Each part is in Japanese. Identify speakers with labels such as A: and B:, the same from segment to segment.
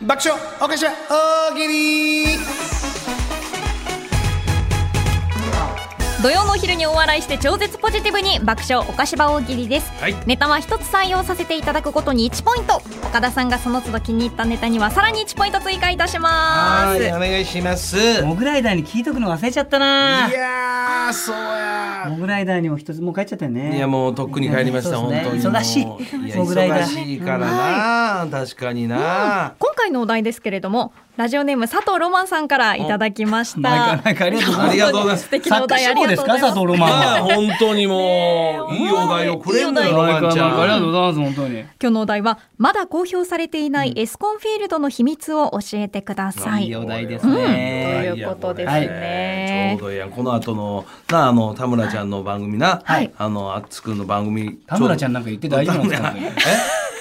A: 爆笑おかしは大喜利
B: 土曜のお昼にお笑いして超絶ポジティブに爆笑おかしば大喜利です、
A: はい
B: ネタは一つ採用させていただくごとに1ポイント岡田さんがその都度気に入ったネタにはさらに1ポイント追加いたしま
A: は
B: す
A: いお願いしますい
C: モグライダーに聞いとくの忘れちゃったな
A: やーそうや
C: モグライダーにも一つもう帰っちゃったよね
A: いやもうとっくに帰りました、
C: そう
A: 本
C: です
A: 当
C: ね
A: にもう
C: 忙しい
A: や
C: モグライダー
A: 忙しいからな、確かにな、
B: 今回のお題ですけれどもラジオネーム佐藤ロマンさんからいただきました
C: 毎回毎回ありがとうご ざいます
A: ありがとうござい
B: 本当に素敵なお題ありがとうござ
A: ます
C: 作詞もですか
B: いま
C: 佐
B: す
C: 藤ロ
A: ま
C: マ
A: あ
C: ン
A: 本当にもういいお題をくれんのよ
B: いいお題
A: ワンちゃん
C: ありがとうございます本当に
B: 今日のお題はまだ公表されていないエスコンフィールドの秘密を教えてください
C: いいお題ですね
B: ということです
C: ね
A: はいちょうどいいやんこの後のなあの田村ちゃんの番組な、
B: はい
A: あのあっつくんの番組
C: 田村ちゃん
A: の
C: なんか言って大丈夫なんですかね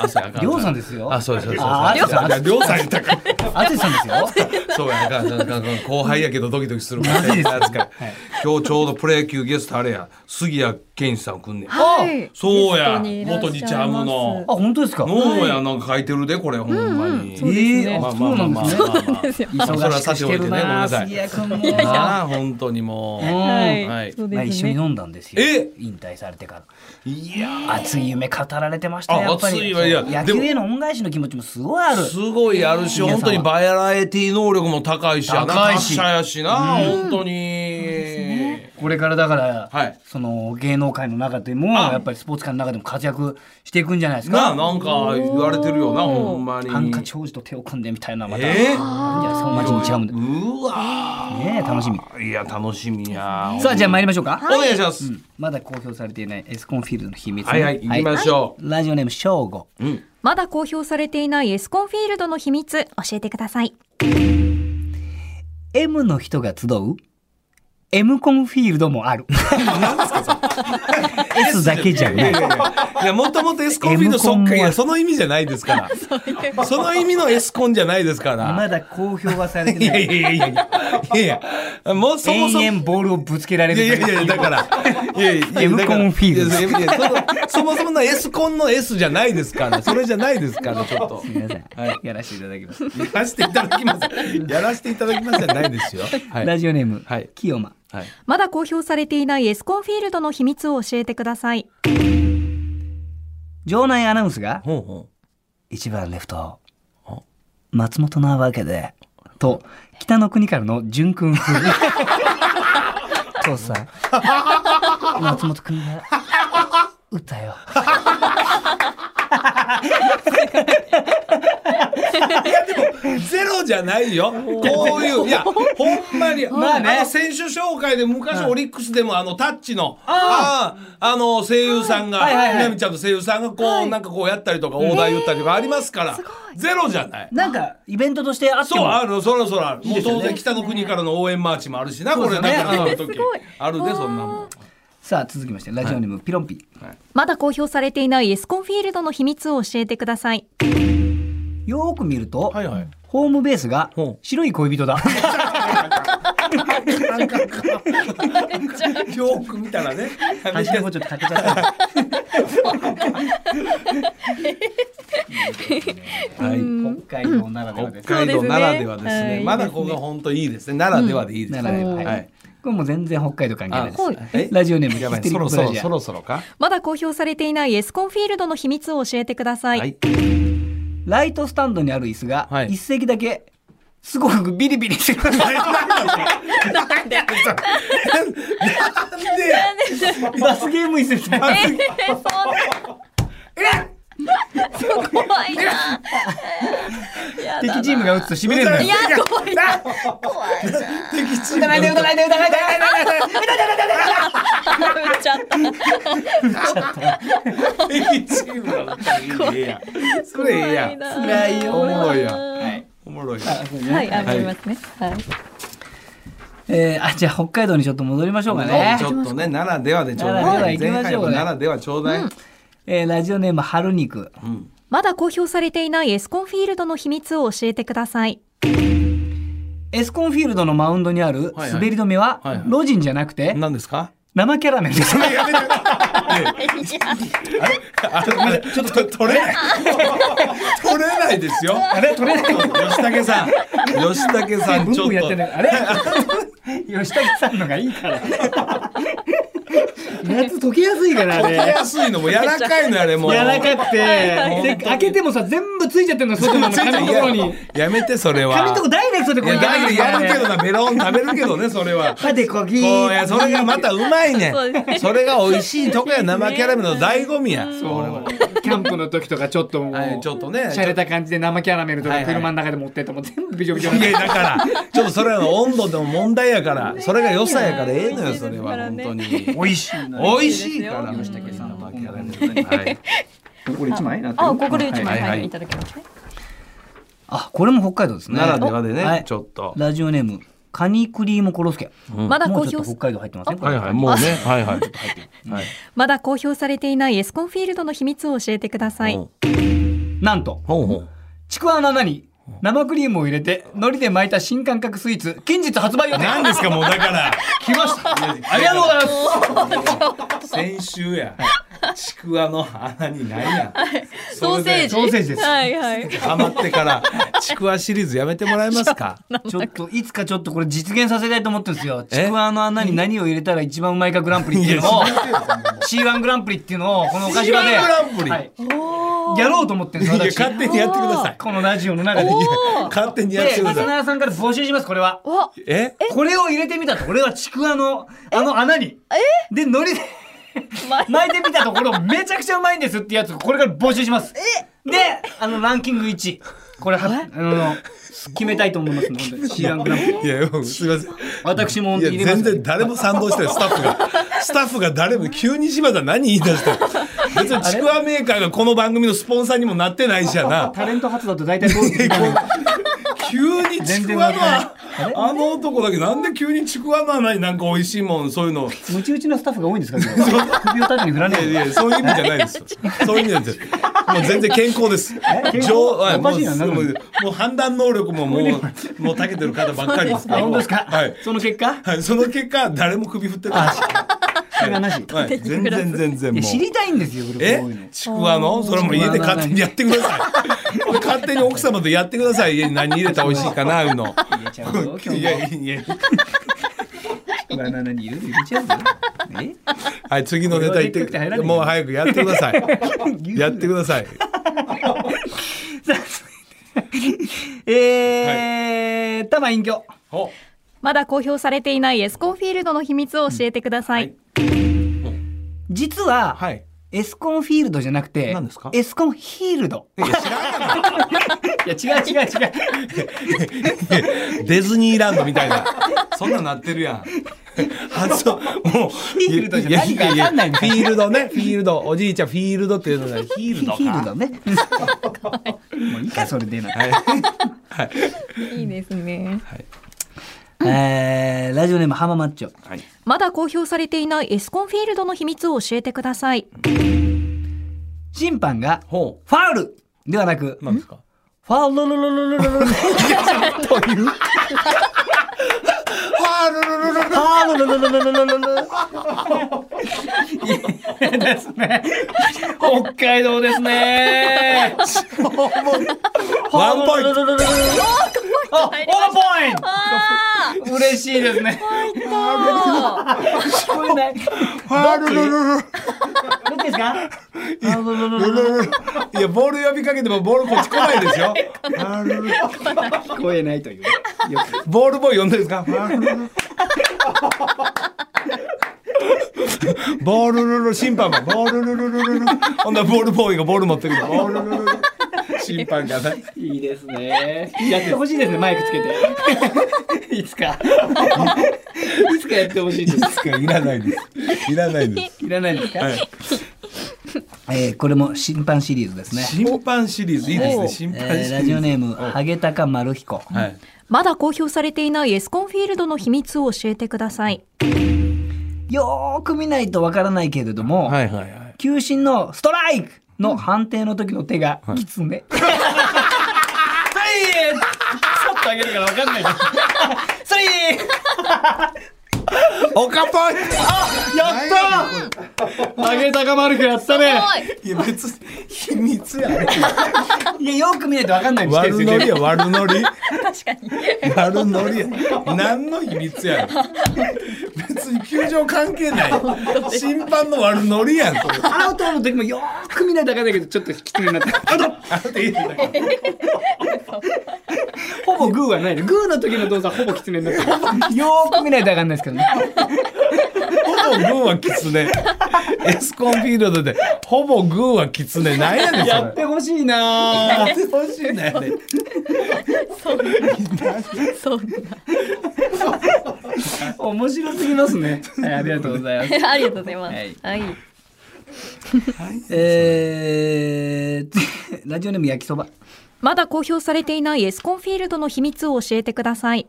A: あそうやあか
C: りょうさんですよ
A: あそうですそうです
C: ありょうさん
A: いやりょうさん言ったから
C: 淳さんですよ
A: そうやあかんあかんあかん後輩やけどドキドキするから
C: マジです
A: や つか今日ちょうどプロ野球ゲストあれや杉谷健志さんくんねん
B: はい
A: そうや
B: ゲスト
A: 元
B: にい
A: 日
B: らっしゃ
A: ハ
B: います
A: ムの
C: あ本当ですか
A: ノーやなんか書いてるでこれほんまに
C: えーあそうなんですね
A: まあ
B: ですよ
A: まあそれ
C: 忙
A: は
C: し
A: さ
C: く
A: て
C: し
A: お
C: て
A: いてねご
C: る
A: めん
C: な
A: なさ
C: 杉
A: い
C: 谷君も
A: なあ本当にもう
C: はい
A: はい
B: そう
C: まあ
B: で
C: 一
B: す
C: 緒に
B: ね
C: 飲んだんですよ
A: え
C: 引退されてから
A: いやー
C: 熱い夢語られてました
A: あ
C: よやっぱり
A: 熱いわいや
C: 野
A: でも
C: 球への恩返しの気持ちもすごいある
A: すごいあるし、
C: 皆様
A: 本当にバラエティ能力も高いし、
C: 高
A: ア
C: いし
A: ナ達者やしな、本当に。
C: これからだから、
A: はい
C: その芸能界の中でも
A: あ
C: やっぱりスポーツ界の中でも活躍していくんじゃないです
A: なあ、
C: か
A: なんか言われてるよな、ほんまに。
C: ハンカチ王子と手を組んでみたいなまた、
A: えー
C: いやそんな街に違うんで
A: うわ
C: ねえ楽しみ
A: ー。いや、楽しみや。
C: さあじゃあ参りましょうか、
A: お願いします。
C: まだ公表されていないエスコンフィールドの秘密
A: はいはい、行きましょう。
C: ラジオネームショーゴ
B: まだ公表されていないエスコンフィールドの秘密教えてください
C: M の人が集う M コンフィールドもあ る S だけじゃない
A: いや、もともとエスコンフィールドそっか、いや、その意味じゃないですから。その意味のエスコンじゃないですから。
C: まだ公表はされて
A: いや
C: ないい
A: やいやいやいやいやいや、もうそもそも
C: 永。遠ボールをぶつけられ
A: いや
C: る
A: いやいや、だから、いやいやいや、
C: M
A: だから
C: コンフィールド
A: いやいやいやそのそもそもの S コンの S じゃないですから、それじゃないですから、ちょっと。
C: 皆さん、
A: はい
C: やらせていただきます、
A: やらせていただきます。やらせていただきますじゃないですよ。はい。
C: ラジオネーム、
A: はい
C: キヨマ
A: はい。
B: まだ公表されていないエスコンフィールドの秘密を教えてください
C: 場内アナウンスが
A: ほうほ
C: 1番レフト
A: あ
C: 松本なわけでと北の国からの純君風父さん松本君が打ったよ
A: う。ゼロじゃないよ。こういう、いや、ほんまに、
C: まあね
A: の選手紹介で昔オリックスでもあのタッチの、ああ、あの声優さんが、
C: はいはいはいはい
A: 南ちゃんと声優さんがこう、なんかこうやったりとか、大台打ったりとかありますから、ゼロじゃない。
C: なんかイベントとしてあって
A: そう
C: も
A: あるそろそろあるもう
C: ですよね
A: 当然北の国からの応援マーチもあるしな
C: そう
A: これ
C: です
A: な
C: ね
A: んかあの時
B: すごい
A: あるでそんなもん
C: さあ続きましてラジオネーム、ピロンピ
B: まだ公表されていないエスコンフィールドの秘密を教えてください
C: よーく見ると、
A: いはい
C: ホームベースが
A: ほう
C: 白い恋 人だ
A: よく見たらね
C: 端の方ちょっとかけちゃった
A: はい
C: 北海道ならではです
A: 北海道ならでは
B: そ
A: です
B: うです
A: ね
B: ね
A: まだここが本当いいですねならではでいいです
C: ならでは、
A: ね
C: はい、これもう全然北海道関係ないです
B: はい
A: え
C: ラジオネーム
A: やばい
C: ヒステ
A: そろ
C: リック
A: そ
C: ラ
A: ろ
C: ジア
A: そろそろか
B: まだ公表されていないエスコンフィールドの秘密を教えてください、
A: はい
C: ライトスタンドにある椅子が
A: はい
C: 一席だけすごくビリビリしてる。 バスゲーム椅子みたいな。
B: えそんなそう怖いな
C: 敵チームが打つと痺れるのよ。
B: いや怖いな
C: 打たないで打たないで打たないで打たないで。
B: 打っちゃった
A: 敵チームがいいやそれいいや
C: 辛いよ
A: おもろいや
C: はい。
A: おもろいや
B: はいありますねはい
C: えーあじゃあ北海道にちょっと戻りましょうかね
A: ち。ょっとねならではでちょう
C: ならで
A: だ
C: はい行きま
A: 前
C: し
A: 回
C: ょう
A: も
C: ね
A: ならではちょうだい
C: えーラジオネーム春肉。
A: うん
B: まだ公表されていないエスコンフィールドの秘密を教えてください。
C: エスコンフィールドのマウンドにある
A: はいはい
C: 滑り止めは
A: はいはい
C: ロジンじゃなくて
A: 何ですか
C: 生キャラメルです。
A: やめてあれちょっと取れない取れないですよ
C: あれ取れない。
A: 吉武さん吉武さん
C: ブン
A: ちょっ
C: ブンやっ
A: と
C: てない。あれ吉武さんのがいいから。 夏溶けやすいから
A: 溶け
C: ね。
A: やすいの も柔らかいのあれもう
C: 柔らかく
A: い
C: て、で開けてもさ、全部ついちゃってるの、外の
A: 全然
C: 紙のところに。
A: やめてそれは
C: 紙のとこダイレクトで
A: い
C: こう
A: やだけどやるけど
C: な。
A: なベロン食べるけどねそれは
C: 歯でこぎ
A: こうやそれがまたうまいね
B: そうです
A: んそれが美味しいとこや生キャラメルの醍醐味やこれは
C: キャンプの時とかちょっとも
A: はいうちょっとね
C: 洒落た感じで生キャラメルと
A: はい
C: か
A: はい
C: 車の中で持ってっても全部ビジョビジョ
A: い
C: にな
A: や
C: る
A: だからちょっとそれは温度でも問題やからそれが良さやからええのよそれは本当に
C: 美味しい
A: 美味しいから
C: 吉武さんと今度はね
A: はい
C: これ一枚なってる
B: あ、ここで一枚、
A: はい
B: は、
A: はいい
B: いただきますね。
C: あこれも北海道ですね
A: ならではでね、
C: はい
A: ちょっと。
C: ラジオネームカニクリームコロスケ
B: まだ
C: も
B: 公
C: うちょっ
B: 表
C: と北海道入ってますねこ
A: は
C: れ
A: いはい、もうね、はいはい、ちょっと入ってる。はい。
B: まだ公表されていないエスコンフィールドの秘密を教えてください。
C: なんと
A: ほうほう。
C: ちくわの穴に生クリームを入れて海苔で巻いた新感覚スイーツ近日発売予定
A: 何ですか、もうだから。
C: 来ましたありがとうございます
A: 先週や。ちくわの穴に何や。
B: ソーセージ。
C: ソーセージです
B: はいはい。
A: ハマってから、ちくわシリーズやめてもらえますか。
C: ちょっといつかちょっとこれ実現させたいと思ってるんですよ
A: え
C: ちくわの穴に何を入れたら一番うまいかグランプリっていうのを C1 グランプリっていうのをこのおかし場で
A: C1 グランプリ
C: はいやろうと思ってる
A: い
C: ん
A: や、
C: です
A: 勝
C: 私
A: 手にやってください。
C: このラジオの中で
A: 勝手にやって
C: で
A: く
C: リ
A: だ
C: ス
A: さい。
C: ナーさんから募集しますこれは
B: わ、
A: え
C: これを入れてみたと俺はちくわのあの穴にで海苔で
B: ま
C: 巻いてみたところめちゃくちゃうまいんですってやつこれから募集しますであのランキング1位これはあの決めたいと思います本当に C1 グランプリ
A: いや、もうすみません。
C: 私も本当
A: い
C: に
A: や
C: 入れま
A: 全
C: す
A: 然誰も賛同してないスタッフがスタッフが誰も急に柴田何言い出したの別にちくわメーカーがこの番組のスポンサーにもなってないしやな
C: タレント発動と大体こういう感じ
A: 急にち
C: 全
A: く
C: 然
A: わ
C: わ
A: の
C: かんない
A: ああの男だけなんで急にちくわの穴になんか美味しいもんそういうのい
C: ムチ打ちのスタッフが多いんですか今日首を縦に振らな
A: やい
C: い
A: やそういう意味じゃないですそういう意味じゃないですもう全然健康です
C: 健康
A: 上はい
C: お
A: もう
C: かしいななんか
A: もうもう判断能力ももうもう長けてる方ばっかりです
C: あ本当ですか、
A: はい
C: その結果
A: はい、その結果誰も首振ってない
C: それがなし、
A: はい全然全然
C: い
A: も
C: や
A: う
C: 知りたいんですよこれ
A: え
C: こういうの
A: ちくわのそれも家で勝手にやってくださいこれ勝手に奥様とやってください家に何入れたら美味しいかないうの
C: 入れちゃうぞ 今
A: い
C: 日
A: や
C: も
A: いや
C: バナナに入れる入れちゃうぞえ
A: はい次のネタ言っ
C: これはでっかくて入らな
A: て
C: い
A: もう早くやってください
C: 牛
A: やってください
C: えー、多摩隠居
A: お
B: まだ公表されていないエスコンフィールドの秘密を教えてください。
C: 実は、
A: はい
C: エスコンフィールドじゃなくて
A: 何ですか
C: エスコンヒールドいや違う違う違う
A: ディズニーランドみたいなそんなんなってるやん発音もうフ
C: ィールドじゃ何かわかんないんだ
A: フィールドねフィールドおじいちゃんフィールドっていうのがヒールドか
C: ヒール ドねもういいかそれでな、
B: いいですね。
C: えー、ラジオネーム浜マッチョ
B: まだ公表されていないエスコンフィールドの秘密を教えてください。
C: 審判がフ
A: ほ
C: ァウルではなく
A: うなんですか
C: ファウルルルルルルルル
A: あールルルルル
C: あールルルルルルルル。いいですね。北海道ですね。
A: ワンポイント
C: ト。あ、ワン
B: あ
C: ポイント。嬉しいですね。
B: あ、
C: 聞こえない。
A: あールルルルル
C: どっちですか？あルルルルル
A: いや、ボール呼びかけてもボールこっち来ないですよ。
C: 聞こえないという。よく
A: ボールボーイ呼んでるんですかボールルル審判もボールルルルルルほんならボールボーイがボール持ってくるボールルルル審判がね
C: いいですね。やってほしいですね。マイクつけて。いつか。いつかやってほしいです。
A: いらないですいらないです、
C: いらないですか？
A: はい、
C: えー、これも審判シリーズですね。
A: 審判シリーズいいです
B: お
A: ね審判
C: えー、
A: シ
C: ラ
A: リ
C: ジ
A: ー
C: オ
A: ズ、
C: ネームハゲタカマルヒコ。
A: はい、
B: まだ公表されていないエスコンフィールドの秘密を教えてください。
C: よーく見ないとわからないけれども、
A: はいはいはい
C: 球審のストライクの判定の時の手がキ ツ ネ。はい、ちょっと上げるからわかんないけど。それ
A: おかぽい
D: やったー上げ高丸くんやったね
A: いや別に秘密やね
C: いやよく見ないとわかんないようにしてるん
A: 悪
C: です
A: ノ
C: よ
A: リや悪ノリ
B: 確かに。
A: 悪ノリや何の秘密やねん別に球場関係ない審判の悪ノリやんそれ
C: アウトの時もよーく見ないとわかんないけどちょっときつめになってアウト
A: あれでいいんだけど
C: ほぼグーはないねグーの時の動作はほぼきつめになってる よーく見ないとわかんないですけどね
A: ほぼグーはキツネエスコンフィールドでほぼグーはキツネなんやねんそ
C: やっ
A: れ
C: てほしい
A: や
C: なー
A: ってほしいなやね
B: そう。
C: 面白すぎますね、はい、ありがとうございま す
B: ありがとうございます。
C: は
B: はいい。
C: えー、ラジオネーム焼きそば。
B: まだ公表されていないエスコンフィールドの秘密を教えてください。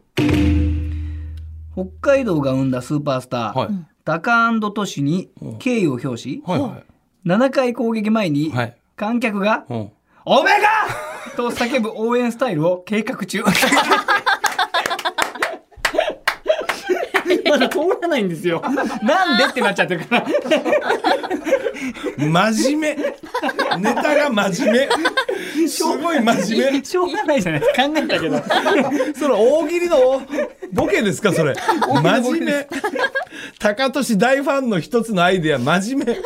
C: 北海道が生んだスーパースター、
A: はい
C: ダカトシに敬意を表し、
A: はいは
C: 7回攻撃前に、
A: はい
C: 観客が、
A: い、うん
C: オメガと叫ぶ応援スタイルを計画 中。まだ通らないんですよ。なんでってなっちゃってるから。
A: 真面目ネタが真面目すごい真面目
C: しょうがないじゃないですか。考えたけど。
A: それ大喜利のボケですかそれ真面目高俊大ファンの一つのアイデア真面目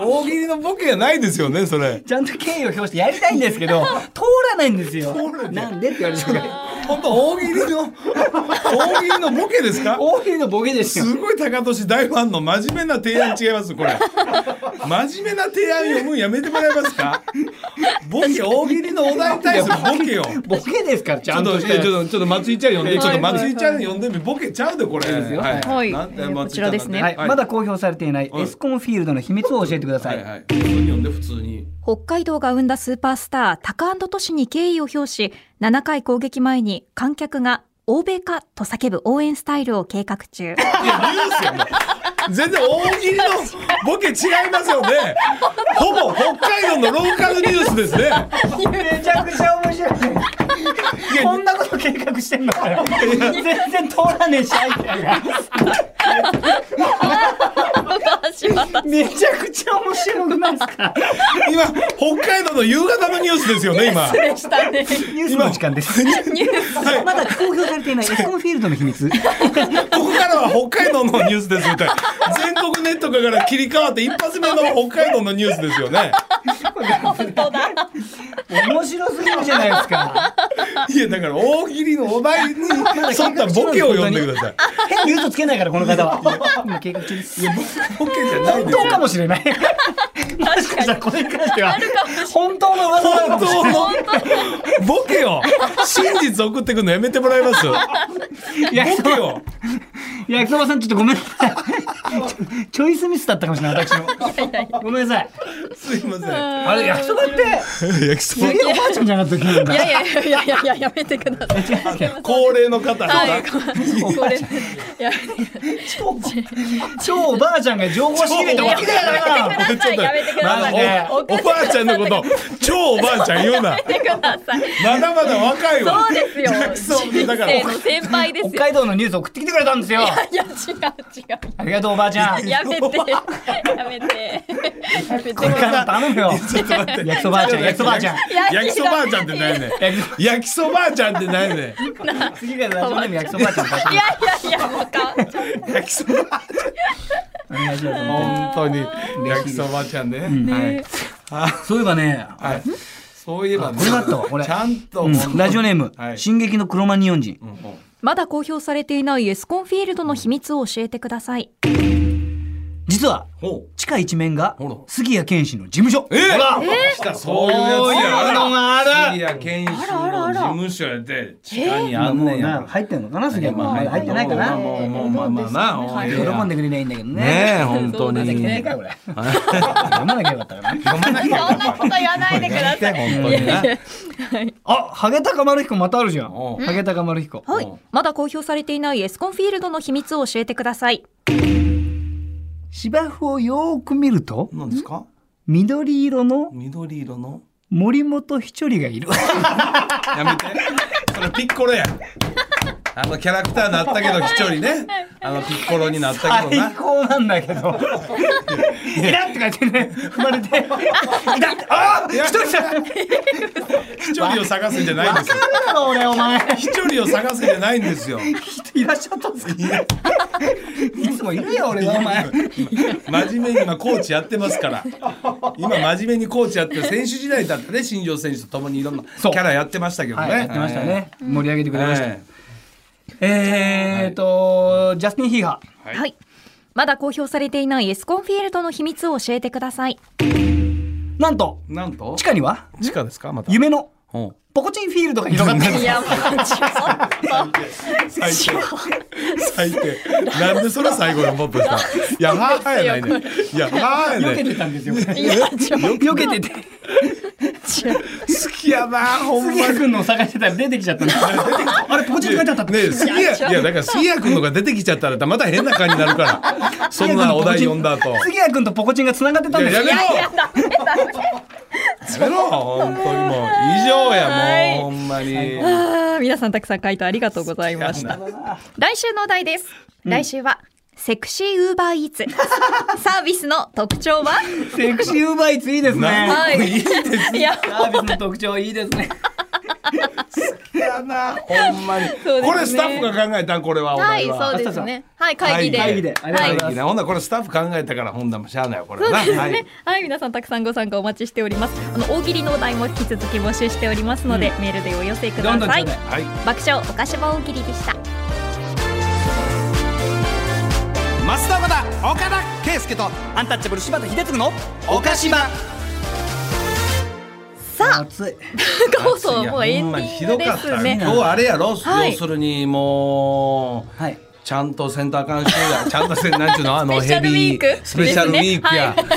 A: お大喜利のボケじゃないですよねそれ
C: ちゃんと敬意を表してやりたいんですけど、通らないんですよ。なんでって言われてるから。
A: 本当大喜利の大喜利のボケですか
C: 大喜利のボケですよ。
A: すごい高俊大ファンの真面目な提案違いますこれ真面目な提案読むんやめてもらえますかボケ大喜利のお題に対するボケを
C: ボケですから、ち
A: ちょ
C: ゃん
A: っ
C: と
A: と、
C: し
A: ちょ
C: て。
A: っと、ちょっと松井ちゃん呼んで、ちょっと
B: はい
A: 松井ちゃん呼んでみ、ボケちゃうで、これ。
C: ですよ
B: はい
A: なんで
B: えー
A: 松井
B: こち
A: ゃ
B: ら
A: ん
B: ですね
A: な
C: は
A: ん
C: い、
A: はい
C: まだ公表されていない
A: はい
C: エスコンフィールドの秘密を教えてくださ。
A: はいい、はい。普通に呼んで、普通に。
B: 北海道が生んだスーパースター、タカアンドトシに敬意を表し、7回攻撃前に観客が欧米化と叫ぶ応援スタイルを計画中。
A: いや、ニュースやもん全然大喜利のボケ違いますよね。ほぼ北海道のローカルニュースですね。
C: めちゃくちゃ面白い。こんなこと計画してんのかよ。全然通らねえし、アイデアがめちゃくちゃ面白くないですか。
A: 今、北海道の夕方のニュースですよね、今。
B: でした ね。
C: ニュースの時間です。
A: はい
C: まだ公表されていないエスコンフィールドの秘密。
A: ここからは北海道のニュースですみたいな。全国ネットから切り替わって一発目の北海道のニュースですよね。
C: 面白すぎるじゃないですか。
A: いや、だから大喜利のお題に沿ったボケを呼んでください。
C: 変に嘘つけないから、この方は。今計画中です。
A: ボケじゃないです
C: 本当か
A: よ。
C: もしれない。もしかしたらこれに関しては本当の噂なのか
A: 本
C: もしれ
A: 当の ボケを真実送ってくのやめてもらえます
C: ない。いや
A: ボケを
C: いや焼きそばさんちょっとごめんなさい。ちょチョイスミスだったかもしれない私の。ごめんなさい。
A: すいません
C: あれ焼きそばって
A: 焼きそ
C: すげえおばあちゃんじゃなかったっけなん
B: い
C: だ。
B: やいやいやいやいや、やめてください。
A: ば高齢の方
B: はい、
A: とか
B: これ。いや、
C: 超超おばあちゃんが情報仕入れて起きてや
B: や
C: か
B: め
C: ら。
B: てください。やめてください。
A: まあおおばあちゃんのこと超おばあちゃん言うな
B: やめてください。
A: まだまだ若いわ
B: そうですよ。
A: ジャクソン
B: 人
A: だから
B: 生の先輩です
C: 北
B: よ。
C: 海道のニュース送ってきてくれたんですよ。
B: いや、違う
C: ありがとうおばあちゃん
B: 違う。。やめて。やめて。やめて
C: これからも頼むよ。
A: ちょっと待って
C: 焼きそばあちゃん焼きそばあちゃん。
A: 焼きそばあちゃんってないね
C: 焼き
A: ん焼きそばあちゃんってないね
C: 次からラジオネーム焼きそばあちゃん
B: いやいやいや、もうか。
A: ん焼きそば
C: お願いします。
A: 本当に焼きそばあちゃんね
C: はい。そういえばね、
A: はいそういえばね
C: これだったわこれ
A: ちゃんと
C: うんラジオネーム、
A: はい
C: 進撃のクロマニヨン人。
B: まだ公表されていないエスコンフィールドの秘密を教えてください。
C: 実は、
A: ほう
C: 地下一面が
A: ほら
C: 杉谷拳士の事務所。
A: えー
C: ほら
A: 来たそういうやつや
C: が
A: いや研修の事務所やで地下にあ
C: 今
A: ん
C: も
A: ね
C: うん
A: や
C: な、入ってんのかな杉谷君。
A: まあ
C: まだ入ってないかな。
A: もうもうもうまあまあまあ
C: 喜んでくれりゃいいんだけどね。
A: ね え本当に
C: なぜ聞いてないかこれ。読まなきゃよかったかな。
B: そんなこと言わないでください。
A: 本当にな
C: あ、ハゲタカマルヒコまたあるじゃん。
A: おう
C: ハゲタカマルヒコ。
B: はい。まだ公表されていないエスコンフィールドの秘密を教えてください。
C: 芝生をよーく見ると、
A: 何ですか
C: 緑色の
A: 緑色の
C: 森本ひちょりがいる。
A: やめてそれピッコロや あのキャラクターなったけど一人ねあのピッコロになったけど
C: 最
A: な
C: 高なんだ けど。いらって感じでね、踏まれて。いらって、ああ一人じゃない。
A: 一人を探すんじゃないんですよ
C: なんだろ、俺、お前。
A: 一人を探すんじゃないんですよ
C: 人いらっしゃったんですか いつもいるよ、俺は、お前。
A: 真面目に今コーチやってますから今真面目にコーチやってる選手時代だってね新庄選手と共にいろんなキ
C: そう
A: ャラやってましたけどね、
C: はい、やってましたね。盛り上げてくれました。
A: はい
C: えーっと、ジャスティン・ヒーハ
B: はい、まだ公表されていないエスコンフィールドの秘密を教えてください
C: ー。なんと、
A: なんと
C: 地下には、
A: 地下ですかまた
C: 夢の
A: ほう
C: ポコチンフィールドが広がっ ています
B: いやもうちょっ
A: 最低最低なんでそれ最後のポップしたいやはーやないねいやはーやないね
C: たんですよ。
B: といやちょっ
C: よけてて、
A: 好きやなほんまに
C: 杉谷君のを探してたら出てきちゃったんです あれ、ポコチン書いてあったって
A: ねえ杉谷いやだから杉谷君のが出てきちゃったらまた変な感じになるからそんなお題読んだ後
C: 杉谷君とポコチンが繋がってたん
A: い
C: で
A: や
C: す
A: や
C: よ
A: めろやめろ本当にもう以上やもうほんまに
B: とあー皆さんたくさん回答ありがとうございました来週のお題です来週は、セクシーウーバーイーツサービスの特徴は
C: セクシーウーバーイーツいいですね。
B: はいいいや
C: サービスの特徴いいですね。
A: やなほんまに
B: そうですね
A: これスタッフが考えたんこれはお
B: は
A: 題
B: い
A: は
B: そうですねはい会議で
A: 会
C: 議で
B: は
C: ありがとうござ
B: い
C: います
A: 会議なほんならこれスタッフ考えたから本田もしゃあないわこれ
B: そう
A: はな
B: ですね、
A: は
B: はい
A: い、
B: 皆さんたくさんご参加お待ちしておりますあの大喜利のお題も引き続き募集しておりますので、メールでお寄せください
C: どんどんちょうだい
A: はい、
B: 爆笑おかしば大喜利でした
D: 増田岡田岡田圭介と
C: アンタッチャブル柴田秀嗣の
D: 岡島
B: さあ
C: 熱い。
B: 文化放送もう
A: い
B: エ
A: や
B: ン
A: ほん
B: デ
A: まにひ
B: ィン
A: ど
B: グ
A: か
B: で
A: った
B: す
A: ね
B: ね
A: 今日あれやろ、
B: はい
A: 要するにもう
C: はい。
A: ちゃんとセンター監修やちゃんとせんなんちゅうのあの
B: スペシ
A: ヘ
B: ャルウ
A: ビ
B: ィーク
A: ースペシャルウィークや、
C: ち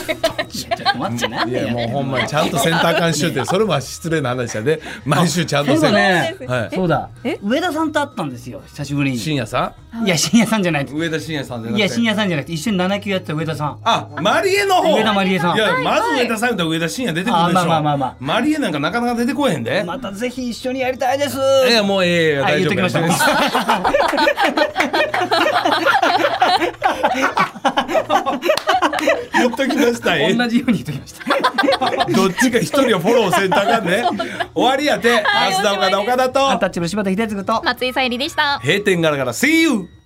C: ょっと待って、なん
A: い
C: で
A: や
C: よ。
A: もうほんまにちゃんとセンター監修 ってそれは失礼な話やで毎週ちゃんとせん
C: そうだね
A: はい
C: そうだ
B: え。
C: 上田さんと会ったんですよ、久しぶりに。
A: 深夜さ
C: いや、深夜さんじゃない。
A: ん上田深夜さんじゃなく
C: い
A: て
C: や、深夜さんじゃなくて、一緒に7級やってた上田さん。
A: あマリエの方
C: 上田マリエさん
A: いやまず上田さんと上田深夜出てくるでしょ
C: あまあまあまあまあ
A: マリエなんかなかなか出てこえへんで
C: またぜひ一緒にやりたいです。
A: いやもうええや
C: あ
A: 大
C: 言っ
A: 丈夫
C: と
A: や
C: きました。は
A: 言っときましたええ
C: い 同じように言っときました。
A: どっちか一人をフォローせんとあかん ね終わりやて
B: はい
A: 増田岡田岡田
C: アンタ
A: と
C: ッチャブル柴田秀嗣と。
B: 松井さゆりでした
A: 閉店ガラガラ See you!